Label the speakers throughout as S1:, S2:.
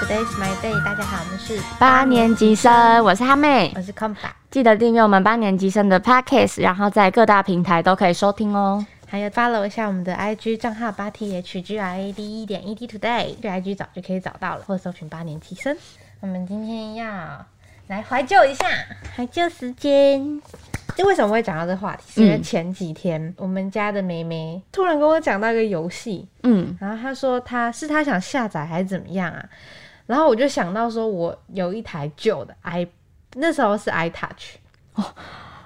S1: Today's my day，大家好，我们是
S2: 八年级生，我是哈妹
S1: 我，是康爸，
S2: 记得订阅我们八年级生的 podcast，然后在各大平台都可以收听哦。
S1: 还有 follow 一下我们的 IG 账号八 T H G R A D 一点 E D Today，去 IG 找就可以找到了，或搜寻八年级生。我们今天要来怀旧一下，怀旧时间。就为什么会讲到这话题？是因为
S2: 嗯
S1: 前几天、我们家的妹妹突然跟我讲到一个游戏，
S2: 嗯，
S1: 然后她说她是她想下载还是怎么样啊？然后我就想到说，我有一台旧的 i，那时候是 iTouch 哦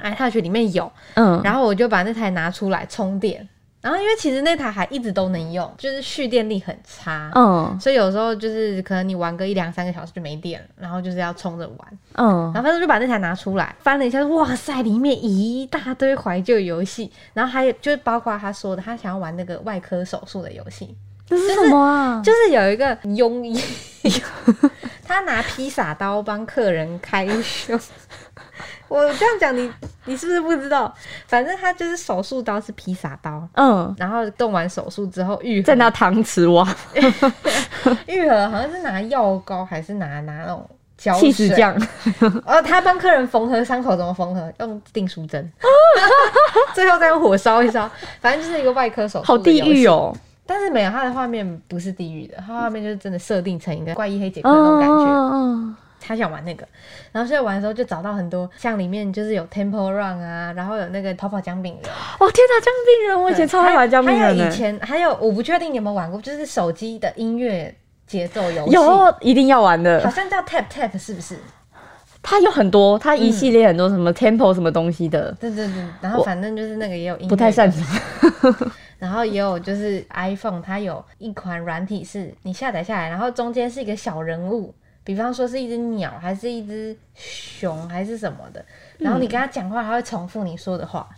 S1: ，iTouch 里面有，
S2: 嗯，
S1: 然后我就把那台拿出来充电。然后因为其实那台还一直都能用，就是蓄电力很差，
S2: 嗯
S1: 所以有时候就是可能你玩个一两三个小时就没电了，然后就是要充着玩。
S2: 嗯，
S1: 然后反正就把那台拿出来，翻了一下，哇塞，里面一大堆怀旧游戏，然后还有就是包括他说的，他想要玩那个外科手术的游戏，
S2: 这是什么啊？
S1: 就是有一个庸医， 他拿披萨刀帮客人开胸。我这样讲你，你是不是不知道？反正他就是手术刀是披萨刀，
S2: 嗯，
S1: 然后动完手术之后愈合
S2: 在，那汤匙挖，
S1: 愈合好像是拿药膏还是拿拿那种胶
S2: 气死
S1: 水
S2: 酱，
S1: 哦，他帮客人缝合伤口怎么缝合？用订书针， 最后再用火烧一烧，反正就是一个外科手术。
S2: 好地狱
S1: 哦！
S2: 哦。
S1: 但是没有，它的画面不是地狱的，它画面就是真的设定成一个怪医黑
S2: 哦
S1: 杰克那种感觉。
S2: 嗯，
S1: 他想玩那个，然后所以玩的时候就找到很多，像里面就是有 Temple Run 啊，然后有那个逃跑姜饼人。
S2: 哦天哪，姜饼人，我以前超爱玩姜饼
S1: 还
S2: 人
S1: 有以
S2: 的，
S1: 前还有，我不确定你有没有玩过，就是手机的音乐节奏游戏，
S2: 有一定要玩
S1: 好
S2: 的。
S1: 像叫 Tap Tap 是不是？
S2: 它有很多，它一系列很多什
S1: 嗯
S2: 么 tempo 什么东西的，
S1: 对对对，然后
S2: 我
S1: 反正就是那个也有音乐，
S2: 不太擅长。
S1: 然后也有就是 iPhone，它有一款软体是你下载下来，然后中间是一个小人物，比方说是一只鸟，还是一只熊，还是什么的，然
S2: 嗯
S1: 后你跟他讲话，他会重复你说的话。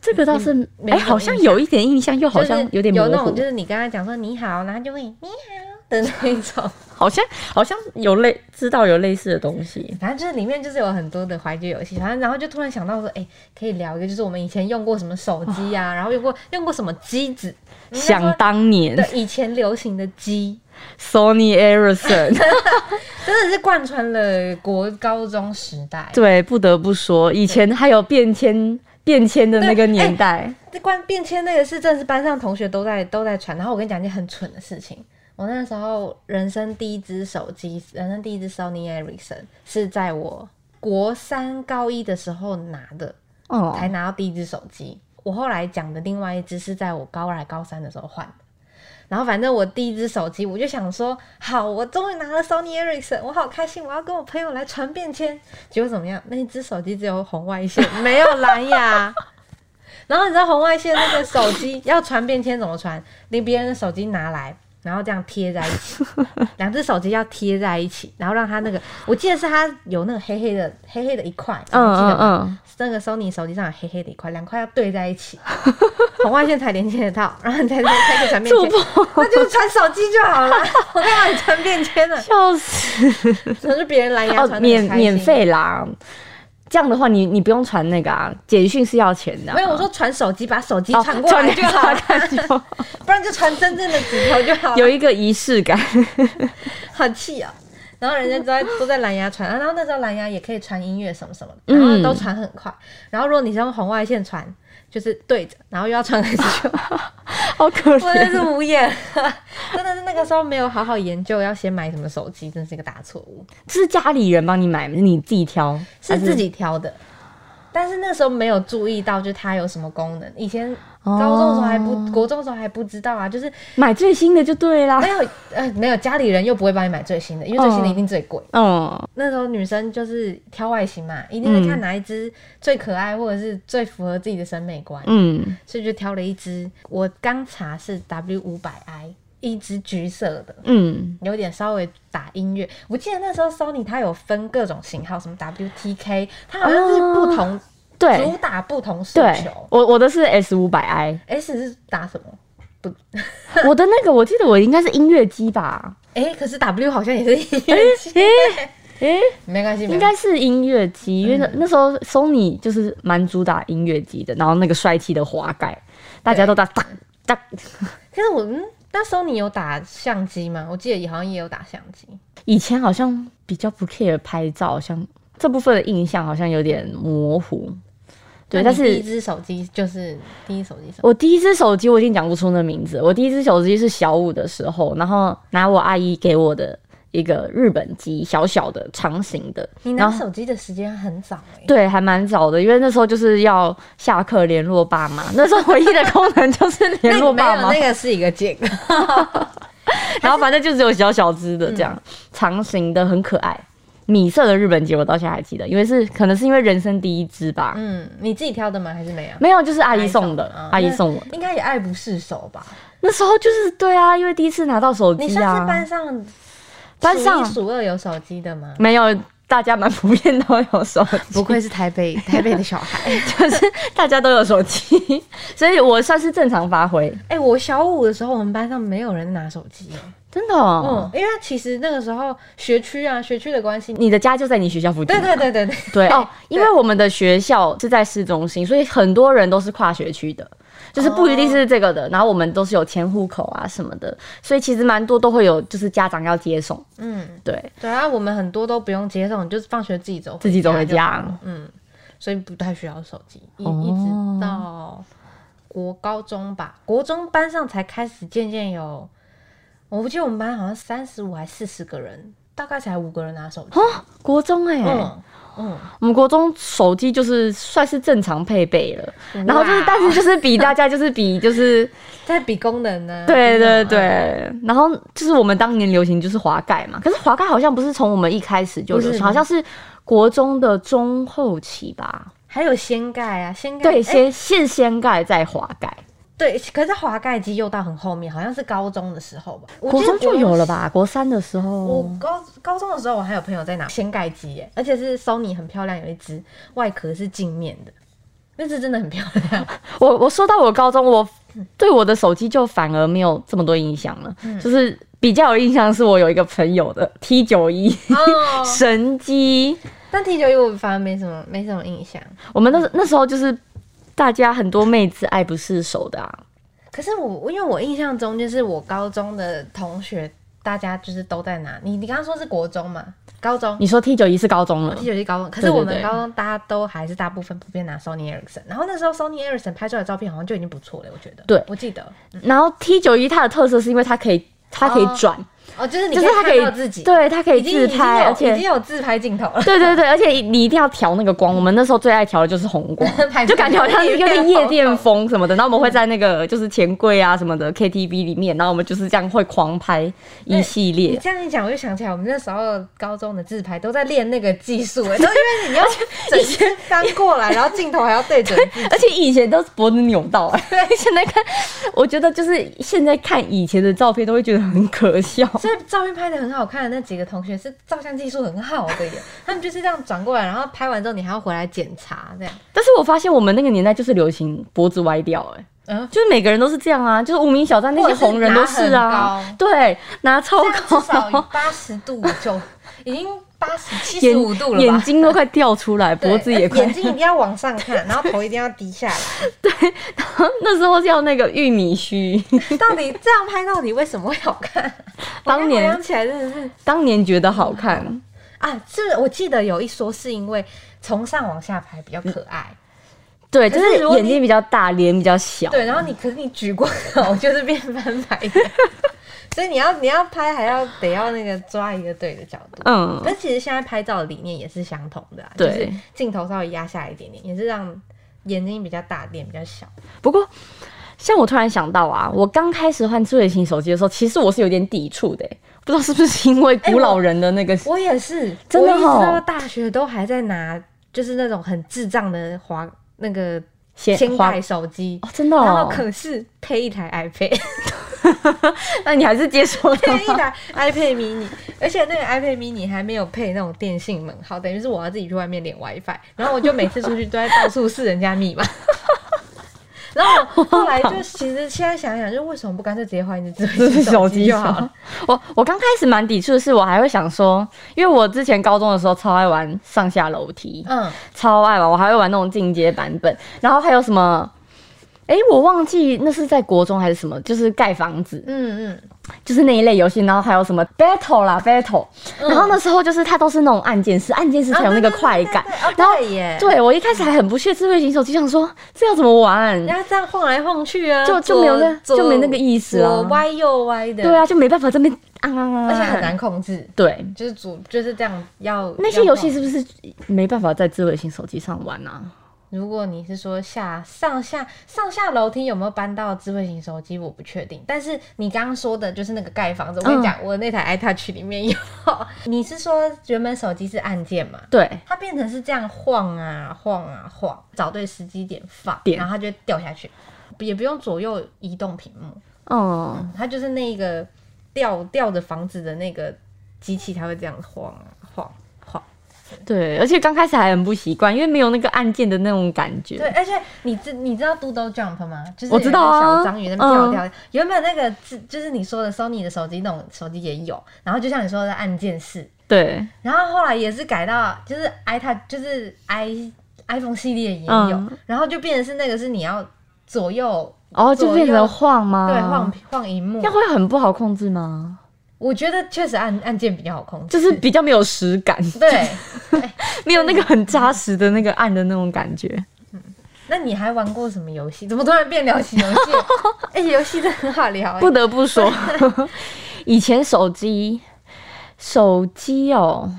S2: 这个倒是，
S1: 没
S2: 哎，
S1: 有
S2: 好像有一点印象，又好像有点
S1: 就是
S2: 模
S1: 有那
S2: 糊
S1: 种，就。是你跟他讲说你好，然后他就会你好的那一 种。
S2: 好像好像有类知道有类似的东西，
S1: 反正就是里面就是有很多的怀旧游戏，反正然后就突然想到说，哎、可以聊一个，就是我们以前用过什么手机啊，然后用过用过什么机子，应该说
S2: 哦想当年
S1: 对以前流行的机，
S2: Sony Ericsson，
S1: 真的是贯穿了国高中时代。
S2: 对，不得不说，以前还有变迁变迁的那个年代，
S1: 这关变迁那个是，真的是班上同学都在都在传。然后我跟你讲一件很蠢的事情，我那时候人生第一只手机，人生第一只 Sony Ericsson 是在我国三高一的时候拿的，
S2: 哦，
S1: 才拿到第一只手机。我后来讲的另外一只是在我高二高三的时候换的。然后反正我第一只手机，我就想说，好，我终于拿了 Sony Ericsson，我好开心，我要跟我朋友来传便签。结果怎么样？那一只手机只有红外线，没有蓝牙。 然后你知道红外线那个手机要传便签怎么传？你别人的手机拿来，然后这样贴在一 起，两只手机要贴在一起，然后让它那个，我记得是它有那个黑黑的黑黑的一块，你记得
S2: 嗯嗯
S1: 吗？
S2: 嗯，
S1: 那个 Sony 手机上有黑黑的一块，两块要对在一起， 红外线才连接得到，然后你才才可以 传便
S2: 触
S1: 签，那就是传手机就好了。 我干嘛你传便签呢？
S2: 笑死，
S1: 可是别人蓝牙
S2: 哦，
S1: 传得
S2: 免
S1: 很开心
S2: 免。费啦。这样的话你，你不用传那个啊，简讯是要钱的啊、
S1: 没有，我说传手机，把手机
S2: 哦
S1: 传过来就好，
S2: 传给他看
S1: 不然就传真正的指头就好
S2: 就
S1: 了。
S2: 有一个仪式感。
S1: 好气啊！然后人家都在都在蓝牙传，啊然后那时候蓝牙也可以传音乐什么什么的，然后
S2: 嗯
S1: 都传很快。然后如果你是用红外线传，就是对着，然后又要传回去，
S2: 好哦 可
S1: 我真
S2: 怜。
S1: 是无言，真的是那个时候没有好好研究要先买什么手机，真是一个大错误。
S2: 是家里人帮你买，你自己挑，
S1: 是
S2: 还
S1: 自己挑的，但是那时候没有注意到，就它有什么功能。以前高中的时候还不，
S2: 哦
S1: 国中的时候还不知道啊，就是
S2: 买最新的就对啦
S1: 没。有，呃，没有家里人又不会帮你买最新的，因为最新的一定最贵。
S2: 嗯，
S1: 那时候女生就是挑外形嘛，一定会看哪一只最可爱，或者是最符合自己的审美观。
S2: 嗯，
S1: 所以就挑了一只，我刚查是 W 五百 I，一只橘色的，
S2: 嗯，
S1: 有点稍微打音乐。我记得那时候 Sony 它有分各种型号，什么 WTK，它好像是不同、
S2: 哦对
S1: 主打不同诉
S2: 对
S1: 求，。
S2: 我我的是 S 五百 I，
S1: S 是打什么？
S2: 我的那个我记得我应该是音乐 机吧？
S1: 哎、可是 W 好像也是音乐，
S2: 诶诶、
S1: 没关系，
S2: 应
S1: 没关系
S2: 该是音乐机，因为那
S1: 嗯
S2: 那时候 Sony 就是蛮主打音乐机的，然后那个帅气的滑盖，大家都在哒哒，
S1: 可是我嗯那时候你有打相机吗？我记得也好像也有打相机。
S2: 以前好像比较不 care 拍照，好像这部分的印象好像有点模糊。对，
S1: 那
S2: 但
S1: 你第一
S2: 是
S1: 只手机就是第一手机什么？
S2: 我第一只手机我已经讲不出那名字，我第一只手机是小五的时候，然后拿我阿姨给我的一个日本机，小小的长形的，
S1: 你
S2: 然
S1: 拿
S2: 后
S1: 手机的时间很早哎、
S2: 对，还蛮早的，因为那时候就是要下课联络爸妈，那时候唯一的功能就是联
S1: 那
S2: 络
S1: 个没
S2: 爸
S1: 有
S2: 妈，
S1: 那个是一个借口。
S2: 然后反正就只有小小只的这样，长形的很可爱，米色的日本机我到现在还记得，因为是可能是因为人生第一只吧，
S1: 嗯，你自己挑的吗？还是没有？
S2: 没有就是阿姨送的，
S1: 啊
S2: 阿姨送我，，
S1: 那应该也爱不释手吧？
S2: 那时候就是对啊，因为第一次拿到手
S1: 你
S2: 机
S1: 算是
S2: 啊
S1: 班，上
S2: 班上
S1: 数一数二有手机的吗？
S2: 没有。大家蛮普遍都有手机，
S1: 嗯愧是台 北台北的小孩。
S2: 就是大家都有手机，所以我算是正常发挥，
S1: 哎、我小五的时候，我们班上没有人拿手机、哎
S2: 真的、哦。
S1: 嗯，因为其实那个时候学区啊，学区的关系，
S2: 你的家就在你学校附近
S1: 对
S2: 吗，
S1: 对对对对，
S2: 对哦，因为我们的学校是在市中心，所以很多人都是跨学区的，就是不一定是这个的。然后我们都是有迁户口啊什么的，所以其实蛮多都会有就是家长要接送，
S1: 嗯，
S2: 对
S1: 对啊，我们很多都不用接送，你就是放学自己走，
S2: 自己走回家。
S1: 嗯，所以不太需要手机，一、
S2: 哦
S1: 一直到国高中吧，国中班上才开始渐渐有，我记得我们班好像三十五还四十个人，大概才五个人拿手机。
S2: 国中哎、
S1: 嗯嗯，
S2: 我们国中手机就是算是正常配备了，然后就是
S1: 嗯哇
S2: 但是就是比大家就是比就是
S1: 在比功能呢、
S2: 对
S1: 真的
S2: 对，对，嗯然后就是我们当年流行就是滑盖嘛，可是滑盖好像不是从我们一开始就流
S1: 不
S2: 行，
S1: 是
S2: 好像是国中的中后期吧，
S1: 还有掀盖啊，掀盖
S2: 对，
S1: 哎
S2: 先先掀盖再滑盖，
S1: 对，可是滑盖机又到很后面，好像是高中的时候吧，我
S2: 国
S1: 记得
S2: 中就有了吧？国三的时
S1: 我
S2: 候，
S1: 高高中的时候，我还有朋友在拿掀盖机耶，而且是 Sony 很漂亮，有一只外壳是镜面的，那只真的很漂 亮。
S2: 我我说到我高中，我对我的手机就反而没有这么多印象了，
S1: 嗯
S2: 就是比较有印象是我有一个朋友的 T 九一
S1: 哦，
S2: 神机，
S1: 但 T 九一我反而没什么没什么印象。
S2: 我们那时那时候就是大家很多妹子爱不释手的啊，
S1: 可是我因为我印象中就是我高中的同学，大家就是都在拿你你刚刚说是国中嘛？高中
S2: 你说 T 九一是高中了
S1: T 九一高中，可
S2: 对
S1: 是
S2: 对
S1: 我们
S2: 对
S1: 高中大家都还是大部分普遍拿 Sony Ericsson，然后那时候 Sony Ericsson 拍出来的照片好像就已经不错了，我觉得。
S2: 对
S1: 我记得
S2: 然后 T 九一它的特色是因为它可以它可以
S1: 哦
S2: 转，
S1: 哦，就是你
S2: 就是它可
S1: 可以
S2: 以
S1: 看到自己，，
S2: 对，它可以
S1: 已经
S2: 自拍，而
S1: 已经有已
S2: 且
S1: 经有自拍镜头了。
S2: 对对对，而且你一定要调那个光，我们那时候最爱调的就是 红光。
S1: 拍
S2: 就感觉好像是有点夜店风什么的，然后我们会在那个就是钱柜啊什么的 KTV 里面，然后我们就是这样会狂拍一系
S1: 你
S2: 列。
S1: 这样一讲，我就想起来，我们那时候高中的自拍都在练那个技术、欸，都因为你要 整身翻过来，然后镜头还要对准自己。
S2: 而且以前都是脖子扭到、啊，现在看，我觉得就是现在看以前的照片都会觉得很可笑。
S1: 所以照片拍的很好看的那几个同学是照相技术很好的耶，他们就是这样转过来，然后拍完之后你还要回来检查，这样。
S2: 但是我发现我们那个年代就是流行脖子歪掉、哎，
S1: 嗯，
S2: 就是每个人都是这样啊，就是无名小站那些红人都是
S1: 或者是拿
S2: 啊
S1: 很，
S2: 对，拿超
S1: 这样至少
S2: 高，
S1: 八十度就已经八十七
S2: 眼
S1: 十五度了吧？
S2: 眼睛都快掉出来，
S1: 对
S2: 脖子也快
S1: 眼睛一定要往上看，然后头一定要低下来。
S2: 那时候叫那个玉米须，
S1: 到底这样拍到底为什么会好看？
S2: 当
S1: 我
S2: 年
S1: 想起来真的是
S2: 当年觉得好看，
S1: 啊，是我记得有一说是因为从上往下拍比较可爱，
S2: 对，
S1: 可
S2: 就是是
S1: 如果
S2: 眼
S1: 你
S2: 睛比较大，脸比较小，
S1: 对，然后你可是你举过头就是变翻白 的，所以你要你要拍还要得要那个抓一个对的角度。
S2: 嗯
S1: 但，其实现在拍照的理念也是相同的、啊，就
S2: 对
S1: 是镜头稍微压下来一点点，也是让眼睛比较大，脸比较小。
S2: 不过。像我突然想到啊，我刚开始换智慧型手机的时候，其实我是有点抵触的、欸不知道是不是因为
S1: 哎
S2: 古老人的那个，
S1: 我也是，
S2: 真的
S1: 我一直
S2: 哦
S1: 到大学都还在拿，就是那种很智障的滑那个
S2: 先
S1: 掀
S2: 滑
S1: 盖手机。
S2: 哦，真的
S1: 然后
S2: 哦，
S1: 可是配一台 iPad，
S2: 那你还是 接受了
S1: 配一台 iPad mini，而且那个 iPad mini 还没有配那种电信门号，等于是我要自己去外面连 WiFi，然后我就每次出去都在到处试人家密码。 然后我后来就其实现在想想，就为什么不干脆直接换一只智慧型手机就好了？。
S2: 我我刚开始蛮抵触的是，我还会想说，因为我之前高中的时候超爱玩上下楼梯，
S1: 嗯，
S2: 超爱玩，我还会玩那种进阶版本，然后还有什么？哎、我忘记那是在国中还是什么，就是盖房子，
S1: 嗯嗯，
S2: 就是那一类游戏，然后还有什么 battle 啦 battle，、然
S1: 嗯
S2: 后那时候就是它都是那种按键式，按键式才有那个快感。
S1: 啊对对对对对
S2: 然后
S1: 哦对耶，
S2: 对我一开始还很不屑智慧型手机，想说这要怎么玩？
S1: 人家这样晃来晃去啊，
S2: 就就没有那
S1: 左
S2: 就没那个意思啊
S1: 左歪右歪的，
S2: 对，啊，就没办法这边按按按，
S1: 而且很
S2: 按。
S1: 难控制，
S2: 对，
S1: 就是主就是这样要
S2: 那些游戏
S1: 要晃
S2: 是不是没办法在智慧型手机上玩啊？
S1: 如果你是说下上下上下楼梯有没有搬到智慧型手机，我不确定。但是你刚刚说的就是那个盖房子，我跟你讲，我那台 iTouch 里面有。 你是说原本手机是按键嘛？
S2: 对，
S1: 它变成是这样晃啊晃啊晃，找对时机点放，
S2: 点
S1: 然后它就会掉下去，也不用左右移动屏幕，
S2: 嗯，
S1: 它就是那个吊吊着房子的那个机器，它会这样晃啊晃晃。
S2: 对，而且刚开始还很不习惯，因为没有那个按键的那种感觉。
S1: 对，，而且你知你知道 Doodle Jump 吗？就是
S2: 我知道啊
S1: 有一个小章鱼在那边
S2: 嗯
S1: 跳跳。原本那个字就是你说的 Sony 的手机那种手机也有，然后就像你说的按键式，
S2: 对，
S1: 然后后来也是改到就是 i t 就是 i iPhone 系列也有，
S2: 嗯
S1: 然后就变成是那个是你要左右
S2: 哦，就
S1: 左
S2: 变
S1: 右
S2: 成晃吗？
S1: 对晃，晃荧幕
S2: 那。会很不好控制吗？
S1: 我觉得确实按按键比较好控制，
S2: 就是比较没有实 感，
S1: 对。
S2: 没有那个很扎实的那个按的那种感觉。
S1: 那你还玩过什么游戏？怎么突然变聊起游戏？ 哎、游戏真的很好聊、欸
S2: 不得不 说，以前手机手机哦，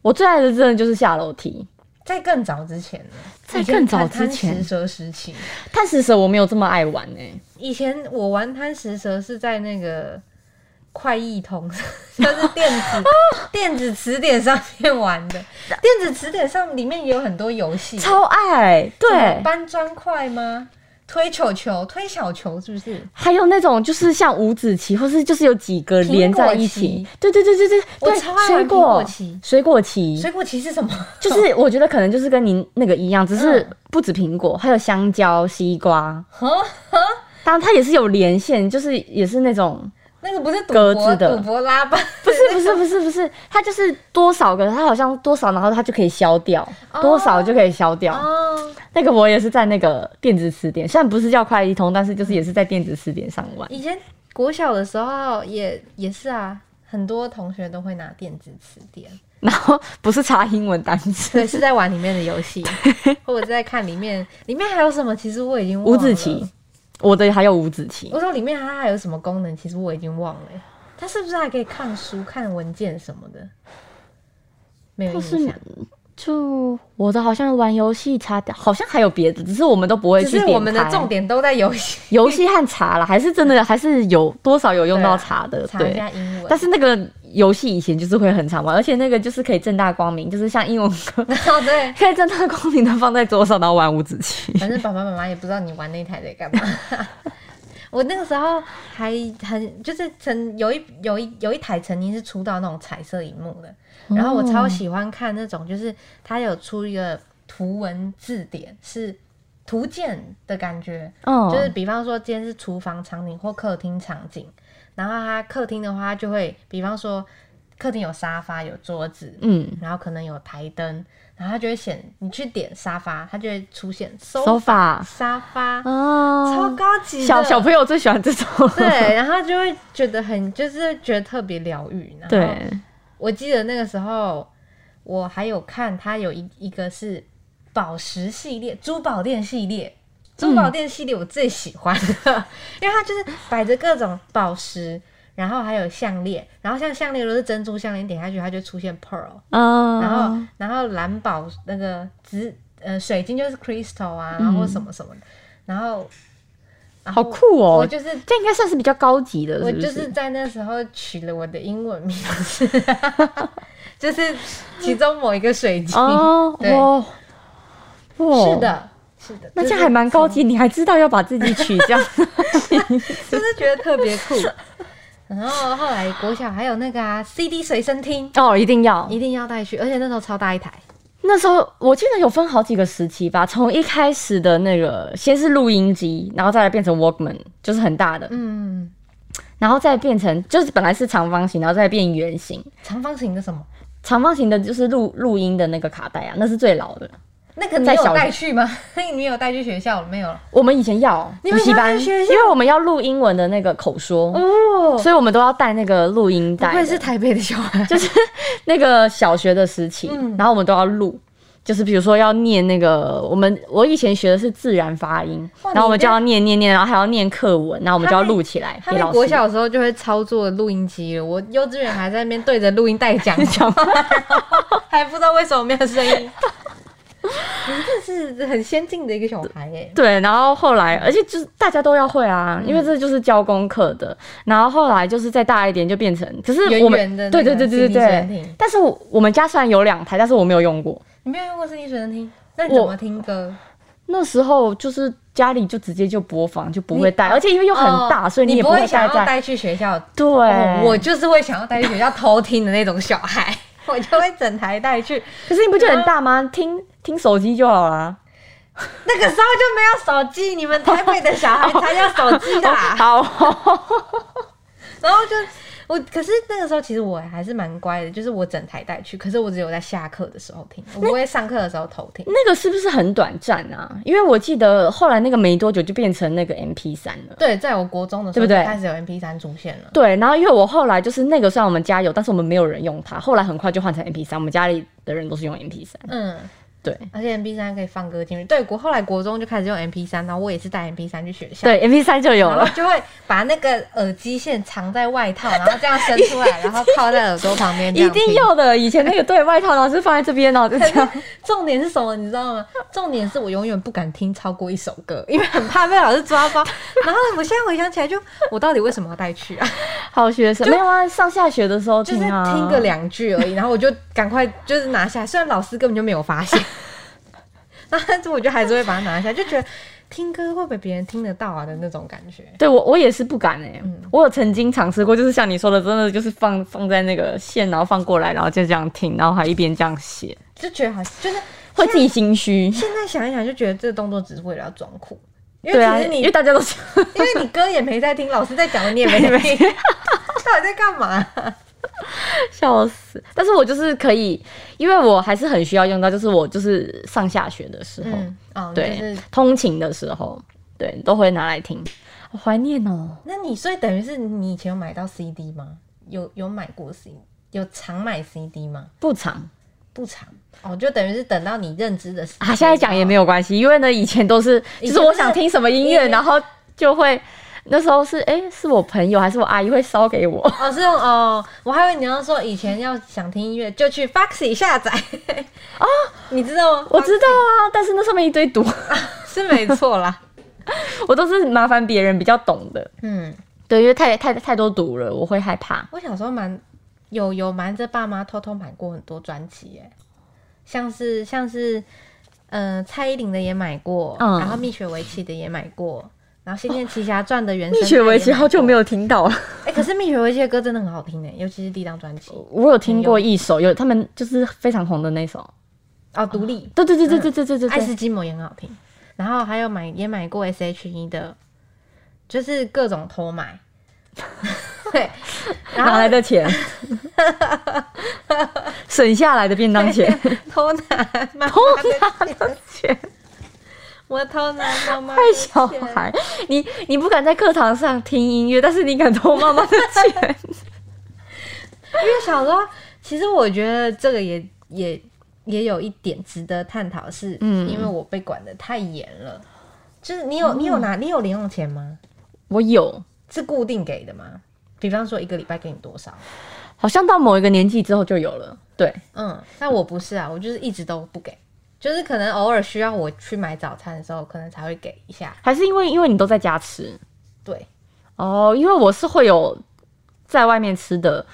S2: 我最爱的真的就是下楼梯。
S1: 在更早之前呢，
S2: 在更早之前
S1: 以前贪食蛇时期，
S2: 贪食蛇我没有这么爱玩哎、
S1: 以前我玩贪食蛇是在那个快易通， 就是电
S2: 哦
S1: 子电子词典上面玩的。电子词典上里面也有很多游戏，
S2: 超爱对，
S1: 搬砖块吗？推球球，推小球是不是？
S2: 还有那种就是像五子棋，或是就是有几个连在一
S1: 苹果
S2: 起
S1: 棋，
S2: 对对对对对，
S1: 我
S2: 对
S1: 超爱玩
S2: 水
S1: 苹果
S2: 果
S1: 棋
S2: 水果棋，
S1: 水果棋是什么？
S2: 就是我觉得可能就是跟您那个一样，只是
S1: 嗯
S2: 不止苹果，还有香蕉、西瓜，
S1: 呵
S2: 当然它也是有连线，就是也是那种。
S1: 那个不是赌
S2: 格
S1: 博，
S2: 子的
S1: 赌博拉 吧？
S2: 不是不是不是不是，它就是多少个，它好像多少，然后它就可以消掉，
S1: 哦
S2: 多少就可以消掉。
S1: 哦，
S2: 那个我也是在那个电子词典，虽然不是叫快一通，但是就是也是在电子词典上玩。
S1: 以前国小的时候也也是啊，很多同学都会拿电子词典。
S2: 然后不是查英文单词，
S1: 对，是在玩里面的游 戏，或者是在看里面，里面还有什么？其实我已经忘了。
S2: 五子棋，，哦我的还有五子棋。
S1: 我说里面它还有什么功能？其实我已经忘了欸。它是不是还可以看书、看文件什么的？没有
S2: 就
S1: 印
S2: 是
S1: 象。
S2: 就我的好像玩游戏查掉，好像还有别的，只是我们都不会
S1: 只
S2: 去点
S1: 是
S2: 开。
S1: 我们的重点都在游戏，
S2: 游戏和查啦，还是真的还是有多少有用到查的，
S1: 查
S2: 对
S1: 一下英文
S2: 但。是那个游戏以前就是会很常玩，而且那个就是可以正大光明，就是像英文课
S1: 然后哦对，
S2: 可以正大光明的放在桌上，然后玩五子 棋。
S1: 反正爸爸妈妈也不知道你玩那台在干嘛。 我那个时候还很就是曾有一有一有一台曾经是出到那种彩色荧幕的，然后我超喜欢看那种，就是它有出一个图文字典，是图鉴的感觉，
S2: 嗯，
S1: 就是比方说今天是厨房场景或客厅场景，然后它客厅的话，它就会比方说客厅有沙发有桌子，
S2: 嗯
S1: 然后可能有台灯，然后它就会显你去点沙发，它就会出现
S2: 手
S1: sofa
S2: 法
S1: 沙发，超
S2: 哦，
S1: 高级的
S2: 小小朋友最喜欢这种。
S1: 对，然后就会觉得很就是觉得特别疗愈。 然后
S2: 对，
S1: 我记得那个时候我还有看它有一一个是宝石系列、珠宝店系列。
S2: 嗯
S1: 珠宝店系列我最喜欢的， 因为它就是摆着各种宝石，然后还有项链，然后像项链如果是珍珠项链，点下去它就出现 pearl，
S2: 嗯，
S1: 然后然后蓝宝那个紫呃水晶就是 crystal 啊，然后或什么什么的，然后然后
S2: 好酷哦
S1: 我就是。
S2: 这应该算是比较高级的，
S1: 我
S2: 是不
S1: 就是
S2: 是？
S1: 在那时候取了我的英文名字， 就是其中某一个水晶。
S2: 哦，
S1: 对
S2: 哇，哇
S1: 是，的，是的，
S2: 那
S1: 就
S2: 这样
S1: 是
S2: 还蛮高级，你还知道要把自己取 掉。
S1: 就是觉得特别酷。然后后来国小还有那个啊 CD 随身听，
S2: 哦，一 定要。
S1: 一定要带去，而且那时候超大一台，
S2: 那时候我记得有分好几个时期吧，从一开始的那个先是录音机，然后再来变成 Walkman，就是很大的，
S1: 嗯，
S2: 然后再变成就是本来是长方形，然后再变圆形。
S1: 长方形的什么？
S2: 长方形的就是录录音的那个卡带啊，那是最老的。
S1: 那个你
S2: 在
S1: 有
S2: 小
S1: 带去吗？ 你有带去学校了没有？
S2: 我们以前要
S1: 你
S2: 补
S1: 们
S2: 习
S1: 要
S2: 班，
S1: 去
S2: 因
S1: 学校
S2: 为我们要录英文的那个口说，
S1: 哦，
S2: 所以我们都要带那个录音
S1: 不
S2: 带
S1: 愧
S2: 的，
S1: 是台北的小孩，
S2: 就是那个小学的时期，
S1: 嗯
S2: 然后我们都要录。就是比如说要念那个，我们我以前学的是自然发音，
S1: 哇
S2: 然后我们
S1: 你
S2: 就
S1: 这
S2: 要念念念，然后还要念课文，然后我们就要录起来
S1: 他
S2: 给
S1: 在
S2: 老
S1: 国
S2: 师。
S1: 小的时候就会操作录音机了，我幼稚园还在那边对着录音带讲
S2: 讲
S1: 话，还不知道为什么没有声音。你真的是很先进的一个小孩耶、
S2: 对，然后后来，而且就是大家都要会啊，
S1: 嗯
S2: 因为这就是教功课的。然后后来就是再大一点就变成，可是我们
S1: 圆圆的那
S2: 对
S1: 个
S2: 对对对对
S1: CD 随身听
S2: 对，但是我我们家虽然有两台，但是我没有用过。
S1: 你没有用过声音随身听，那你怎
S2: 我
S1: 么听歌？
S2: 那时候就是家里就直接就播放，就不会带，
S1: 你
S2: 而且因为又很大，
S1: 哦
S2: 所以
S1: 你
S2: 也
S1: 不
S2: 不会
S1: 会想要
S2: 在。
S1: 带去学校。
S2: 对，
S1: 哦我就是会想要带去学校偷听的那种小孩，我就会整台带去。
S2: 可是你不觉得很大
S1: 啊
S2: 吗？听听手机就好啦。
S1: 那个时候就没有手机，你们台北的小孩才要手机啊啦、
S2: 好，
S1: 然后就我，可是那个时候其实我还是蛮乖的，就是我整台带去，可是我只有在下课的时候听，我不会上课的时候偷听。
S2: 那个是不是很短暂啊？因为我记得后来那个没多久就变成那个 MP 三了。
S1: 对，在我国中的时候，
S2: 对不对
S1: 开始有 MP 三出现了。
S2: 对，然后因为我后来就是那个虽然我们家有，但是我们没有人用它，后来很快就换成 MP 三，我们家里的人都是用 MP 三。
S1: 嗯，
S2: 对
S1: 而且 MP 三可以放歌进去。
S2: 嗯
S1: 对，国后来国中就开始用 MP 三，然后我也是带 MP 三去学校，
S2: 对，MP 三就有
S1: 然后
S2: 了。
S1: 就会把那个耳机线藏在外套，然后这样伸出 来，然后靠在耳朵旁边。
S2: 一定。要的，以前那个对外套，然后是放在这边，然后就这样。
S1: 重点是什么？你知道吗？重点是我永远不敢听超过一首歌，因为很怕被老师抓 包。然后我现在回想起来就，我到底为什么要带去 啊？
S2: 好学生没有啊，上下学的时候
S1: 就是
S2: 听啊，
S1: 听个两句而已，然后我就赶快就是拿下来，虽然老师根本就没有发现， 然后但是我就还是会把它拿下来，就觉得听歌会被别人听得到啊的那种感觉。
S2: 对我我也是不敢哎、
S1: 嗯
S2: 我有曾经尝试过，就是像你说的，真的就是放放在那个线，然后放过来，然后就这样听，然后还一边这样写，
S1: 就觉得好像就是
S2: 会自己心虚。
S1: 现在想一想，就觉得这个动作只是为了要装酷，因
S2: 对
S1: 为
S2: 啊，
S1: 其实你、
S2: 因为大家都 是
S1: 因为你歌也没在听，老师在讲的你也没 在听， 到底在干嘛、
S2: 笑死，但是我就是可以，因为我还是很需要用到，就是我就是上下学的时候，
S1: 嗯，哦，就
S2: 对，
S1: 是。
S2: 通勤的时候，对，都会拿来听，好怀念哦。
S1: 那你所以等于是你以前有买到 CD 吗？有有买过 CD，有常买 CD 吗？
S2: 不长
S1: 不长哦，就等于是等到你认知的时
S2: 啊，现在讲也没
S1: 有。
S2: 有关系，因为呢，以前都是
S1: 以前
S2: 就是我想听什么音乐，
S1: 是
S2: 然后就会那时候是哎、是我朋友还是我阿姨会烧给 我。
S1: 哦，是用哦，我还以为你要说以前要想听音乐就去 Foxy 下载哦， 你知道吗？
S2: 我知道啊，但是那上面一堆毒，
S1: 是没错啦，
S2: 我都是麻烦别人比较懂的。
S1: 嗯，
S2: 对，因为太太太多毒了，我会害怕。
S1: 我小时候蛮有有瞒着爸妈偷偷买过很多专辑耶，像是像是呃蔡依林的也买过，
S2: 嗯
S1: 然后蜜雪薇琪的也买过，然后《仙剑奇侠传》的原声
S2: 蜜雪薇琪好久没
S1: 有
S2: 有听到了。
S1: 哎、可是蜜雪薇琪的歌真的很好听诶，尤其是第一张专辑
S2: 我有听过一首，有他们就是非常红的那首。嗯哎
S1: 哦，独立
S2: 对对对对对对对对
S1: 爱
S2: 对
S1: 斯基摩也很好听，然后还有买也买过 S H E 的，就是各种偷买， 对，然
S2: 哪
S1: 后
S2: 来的 钱？省下来的便当钱，
S1: 偷拿妈
S2: 偷
S1: 妈的
S2: 拿
S1: 钱，
S2: 的钱，
S1: 我偷拿妈 妈的
S2: 坏小
S1: 钱，
S2: 孩！你你不敢在课堂上听音乐，但是你敢偷妈妈的钱，
S1: 因为小时候其实我觉得这个也也也有一点值得探讨，是
S2: 嗯
S1: 因为我被管的太严了，就是你有你有拿你有零用钱吗？
S2: 我有。
S1: 是固定给的吗？比方说一个礼拜给你多少？
S2: 好像到某一个年纪之后就有了，对，
S1: 嗯，但我不是啊，我就是一直都不给，就是可能偶尔需要我去买早餐的时候，可能才会给一下。
S2: 还是因为因为你都在家吃
S1: 对，
S2: 哦，因为我是会有在外面吃的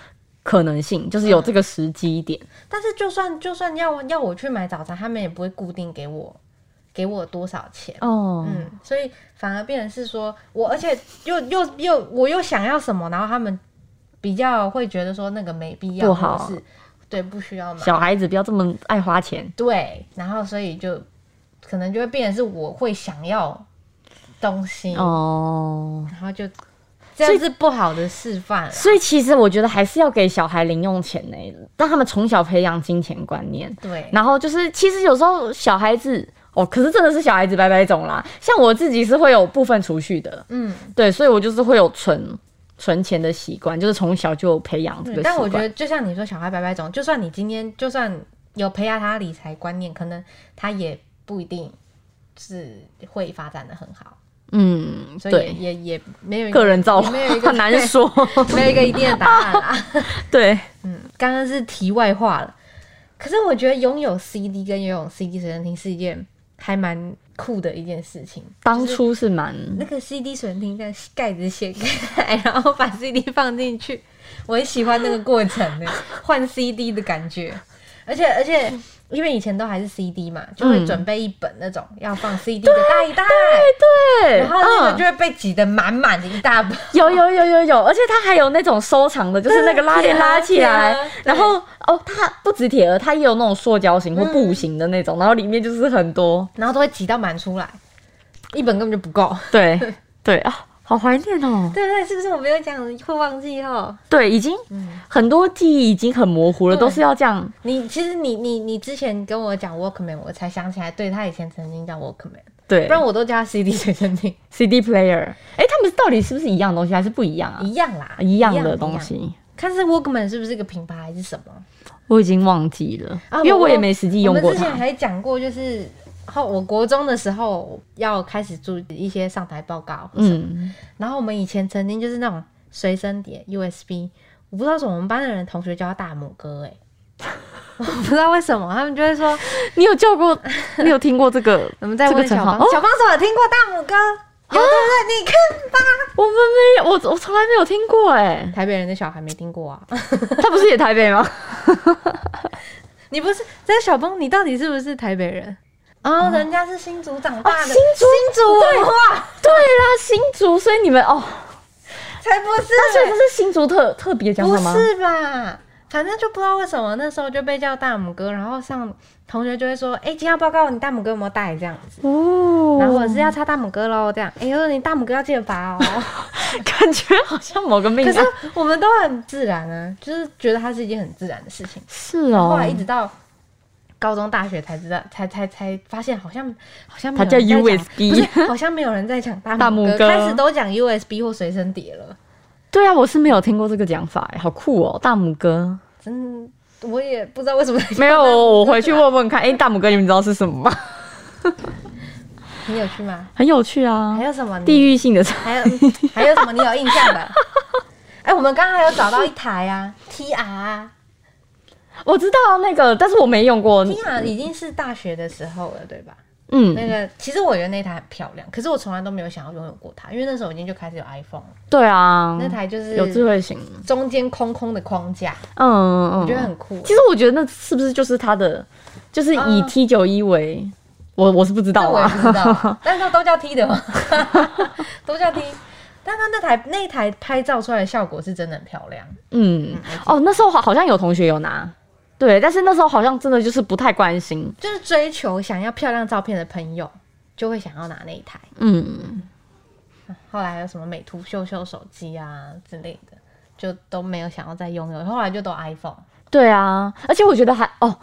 S2: 可能性，就是有这个时机点。
S1: 但是就算就算要要我去买早餐，他们也不会固定给我给我多少钱。
S2: 哦，
S1: 嗯，所以反而变成是说我，而且又又又我又想要什么，然后他们比较会觉得说那个没必要，
S2: 不好
S1: 或者是对不需要买。
S2: 小孩子不要这么爱花钱。
S1: 对，然后所以就可能就会变成是我会想要东西，
S2: 哦，
S1: 然后就这样是不好的示范啊。
S2: 所以其实我觉得还是要给小孩零用钱呢、让他们从小培养金钱观念。
S1: 对，
S2: 然后就是，其实有时候小孩子哦，可是真的是小孩子百百种啦。像我自己是会有部分储蓄的，
S1: 嗯，
S2: 对，所以我就是会有存存钱的习惯，就是从小就培养这
S1: 对
S2: 个习惯。
S1: 但我觉得就像你说，小孩百百种，就算你今天就算有培养他理财观念，可能他也不一定是会发展的很好，
S2: 嗯，
S1: 所
S2: 对
S1: 以，也也也没有一
S2: 个人造
S1: 也
S2: 化
S1: 没有一个
S2: 难， 说，
S1: 对没有一个一定的答案啦。
S2: 对，
S1: 嗯，刚刚是题外话了。可是我觉得拥有 CD 跟拥有 CD 随身听是一件还蛮酷的一件事情。
S2: 当初是蛮
S1: 那个 CD 随身听的盖子掀开， 然后把 CD 放进去，我很喜欢那个过程 呢，换 CD 的感觉。而且而且，因为以前都还是 CD 嘛，就会
S2: 嗯
S1: 准备一本那种要放 CD 的大一袋，
S2: 对，
S1: 然后那个
S2: 嗯
S1: 就会被挤得满满的一大本。
S2: 有有有有有，而且它还有那种收藏的，就是那个拉链拉起来
S1: 铁盒，
S2: 然后哦，它不止铁盒，它也有那种塑胶型或布型的那种，然后里面就是很多，
S1: 然后都会挤到满出来，一本根本就不够。
S2: 对对啊，好怀念哦。
S1: 对不对？是不是我没有讲会忘记哦？
S2: 对，已经很多记忆已经很模糊了，
S1: 对
S2: 都是要这样。
S1: 你其实你你你之前跟我讲 Walkman，我才想起来，对他以前曾经叫 Walkman，
S2: 对，
S1: 不然我都叫他 CD 随身听，
S2: CD player，哎，他们到底是不是一样东西，还是不一样啊？
S1: 一样啦，
S2: 一样的东。
S1: 一样
S2: 西，
S1: 看是 Walkman 是不是一个品牌还是什么？
S2: 我已经忘记了，
S1: 啊
S2: 因为我也没实际用
S1: 我
S2: 过
S1: 们之前
S2: 它。
S1: 还讲过，就是后我国中的时候要开始做一些上台报告，嗯，
S2: 嗯，
S1: 然后我们以前曾经就是那种随身碟 USB，我不知道为什么我们班的人同学叫他大拇哥、欸， 我不知道为什么，他们就会说。
S2: 你有叫过， 你有听过这个？
S1: 我们再
S2: 这个
S1: 问小
S2: 称
S1: 帮，
S2: 号哦
S1: 小帮手有听过大拇哥？有对不对？你看吧，
S2: 我们没有，我我从来没有听过哎、
S1: 台北人的小孩没听过啊。
S2: 他不是也台北吗？
S1: 你不是这小帮，你到底是不是台北人？哦，人家是新竹长大的，
S2: 哦新竹
S1: 新竹文化
S2: 对啦，新竹，所以你们哦，
S1: 才不是
S2: 那所以
S1: 欸、
S2: 这是新竹特特别讲法吗？
S1: 不是吧？反正就不知道为什么那时候就被叫大拇哥，然后上同学就会说：“哎、今天要报告你大拇哥有没有带？”这样子，
S2: 哦，
S1: 然后我是要擦大拇哥喽，这样。哎、呦，你大拇哥要记得拔哦。
S2: 感觉好像某个命 啊
S1: 可
S2: 案
S1: 是。我们都很自然啊，就是觉得它是一件很自然的事情。
S2: 是
S1: 后
S2: 哦
S1: 来，一直到高中、大学才知道，才才才发现好像好像没
S2: 它
S1: 有
S2: 叫
S1: 人在讲
S2: USB
S1: 不是好像没有人在讲大
S2: 嗯大
S1: 拇
S2: 拇哥
S1: 开始都讲 USB 或随身碟了。
S2: 对啊，我是没有听过这个讲法哎，好酷哦，大拇哥。
S1: 真我也不知道为什么
S2: 没有，我回去问问 看。哎、大拇哥，你们知道是什么吗？
S1: 你有去吗？
S2: 很有趣啊
S1: 还，有什么你？
S2: 地域性的差。
S1: 还有还有什么你有印象的？ 哎、我们刚刚还有找到一台啊，TR 啊
S2: 我知道那个，但是我没用过。
S1: ，TR 已经是大学的时候了，对吧？那
S2: 嗯，
S1: 个其实我觉得那台很漂亮，可是我从来都没有想要拥有过它，因为那时候已经就开始有 iPhone 了，
S2: 对啊，
S1: 那台就是
S2: 有智慧型。
S1: 中间空空的框架，
S2: 嗯嗯嗯，
S1: 我觉得很酷欸。
S2: 其实我觉得那是不是就是他的，就是以
S1: 嗯
S2: T 九一为，我我是不知道
S1: 但我也不知
S2: 啊。
S1: 道，但是都叫 T 的嘛，都叫 T。但他那台那台拍照出来的效果是真的很漂亮，
S2: 嗯，哦，那时候好好像有同学有拿，对，但是那时候好像真的就是不太关心。
S1: 就是追求想要漂亮照片的朋友就会想要拿那一台。
S2: 嗯，
S1: 后来还有什么美图秀秀手机啊之类的，就都没有想要再拥有。后来就都 iPhone。
S2: 对啊，而且我觉得还哦，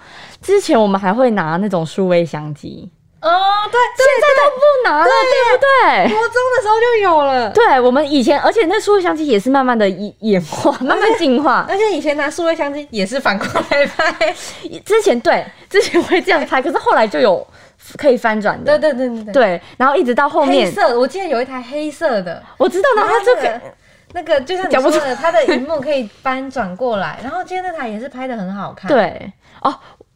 S2: 之前我们还会拿那种数位相机，
S1: 哦，对，
S2: 现在都不拿了，对不对？
S1: 国中的时候就有了。
S2: 对，我们以前，而且那数位相机也是慢慢的演演 化，慢慢进化。
S1: 而且以前拿数位相机也是反过来拍，
S2: 之前对，之前会这样拍，可是后来就有呃可以翻转 的
S1: 对，对对对对，
S2: 对，然后一直到后
S1: 黑
S2: 面，
S1: 色，我记得有一台黑色的，
S2: 我知道，然
S1: 然
S2: 后
S1: 后它
S2: 它就
S1: 就
S2: 可以
S1: 可那个就像你
S2: 讲不
S1: 说
S2: 出
S1: 的，它的荧幕可以翻转过来，然后今天那台也是拍的很好看。，
S2: 对哦，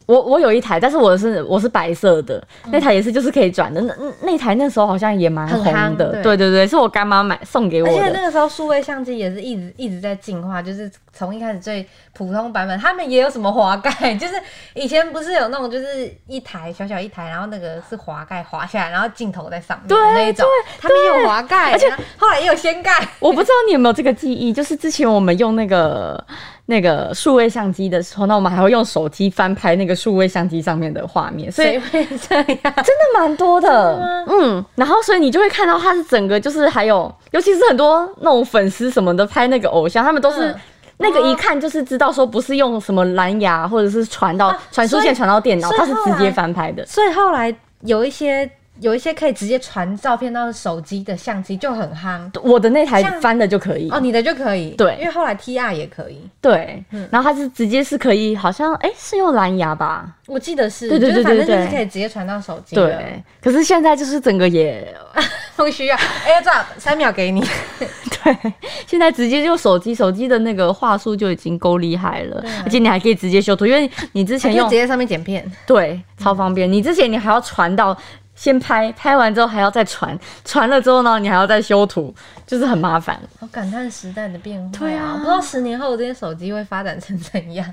S2: 我我有一台，但是我是我是白色的，那台也是就是可以转的，那那那台那时候好像也蛮
S1: 嗯很
S2: 红
S1: 夯
S2: 的，
S1: 对
S2: 对对对，是我干妈买送给我
S1: 而且
S2: 的，
S1: 那个时候数位相机也是一直一直在进化，就是从一开始最普通版本，他们也有什么滑盖， 就是以前不是有那种就是一台小小一台，然后那个是滑盖滑下来，然后镜头在上面的
S2: 对
S1: 那一种，他们也有滑盖，
S2: 而且
S1: 然后后来也有掀盖，
S2: 我不知道你有没有这个记忆，就是之前我们用那个那个数位相机的时候，那我们还会用手机翻拍那个数位相机上面的画面，所以
S1: 谁会这样？
S2: 真的蛮多的，嗯，然后所以你就会看到它是整个就是还有，尤其是很多那种粉丝什么的拍那个偶像，他们都是、
S1: 嗯
S2: 那个一看就是知道说不是用什么蓝牙或者是传到
S1: 啊
S2: 传输
S1: 所以
S2: 线传到电脑，
S1: 所以
S2: 它是
S1: 后
S2: 直接
S1: 来
S2: 翻拍的。
S1: 所以后来有一些有一些可以直接传照片到手机的相机就很夯
S2: 我的那台
S1: 像
S2: 翻的就可以
S1: 哦，你的就可以
S2: 对
S1: 因为后来 T R 也可以，
S2: 对，
S1: 嗯
S2: 然后它是直接是可以，好像哎、是用蓝牙吧？
S1: 我记得是，
S2: 对对
S1: 就是
S2: 对对
S1: 反正
S2: 对
S1: 就是可以直接传到手机的，
S2: 对，可是现在就是整个也
S1: 不需要 AirDrop 三秒给你，
S2: 对，现在直接就手机手机的那个话术就已经够厉害了，而且你还可以直接修图，因为你之
S1: 啊就
S2: 前
S1: 直
S2: 用
S1: 接嗯上面剪片，
S2: 对，超方便。你之前你还要传到先拍，拍完之后还要再传，传了之后呢，你还要再修图，就是很麻烦。
S1: 好感叹时代的变化、
S2: 对啊
S1: 我不知道十年后这些手机会发展成怎样，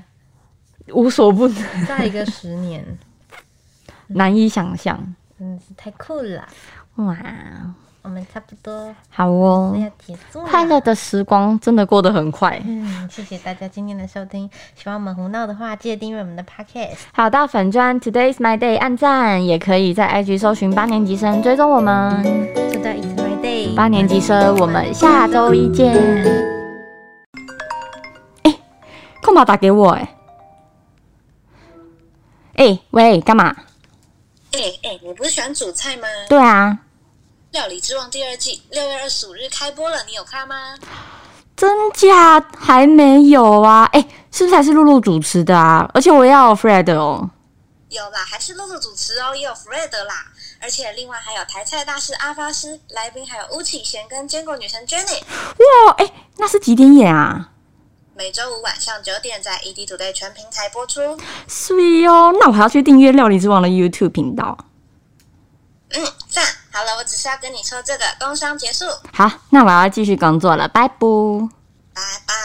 S2: 无所不能，
S1: 再一个十年，
S2: 难以想象。
S1: 真的是太酷了。
S2: 哇，
S1: 我们差不多
S2: 好哦，
S1: 要结束
S2: 快
S1: 了。
S2: 乐的时光真的过得很快。
S1: 嗯，谢谢大家今天的收听。喜欢我们胡闹的话，记得订阅我们的 podcast。
S2: 好，到粉专 Today's My Day 按赞，也可以在 IG 搜寻八年级生追踪我们。
S1: Today is my day。
S2: 八年级生，我们下周一见。哎、空宝打给我、哎，哎、喂，干嘛？
S3: 哎、哎、你不是喜欢煮菜吗？《
S2: 对啊，
S3: 料理之王》第二季六月二十五日开播了，你有看吗？
S2: 真假还没有啊？哎、是不是还是露露主持的啊？而且我要有 Fred 哦。
S3: 有啦，还是露露主持哦，也有 Fred 啦，而且另外还有台菜大师阿发师，来宾还有巫启贤跟坚果女神 Jenny。
S2: 哇，哎、那是几点演啊
S3: 每周五晚上九点在 ED Today 全平台播出。
S2: ？Sweet 哦，那我还要去订阅《料理之王》的 YouTube 频道。
S3: 嗯，赞。好了，我只是要跟你说这个，工商结束，
S2: 好，那我要继续工作了，拜拜。
S3: 拜拜。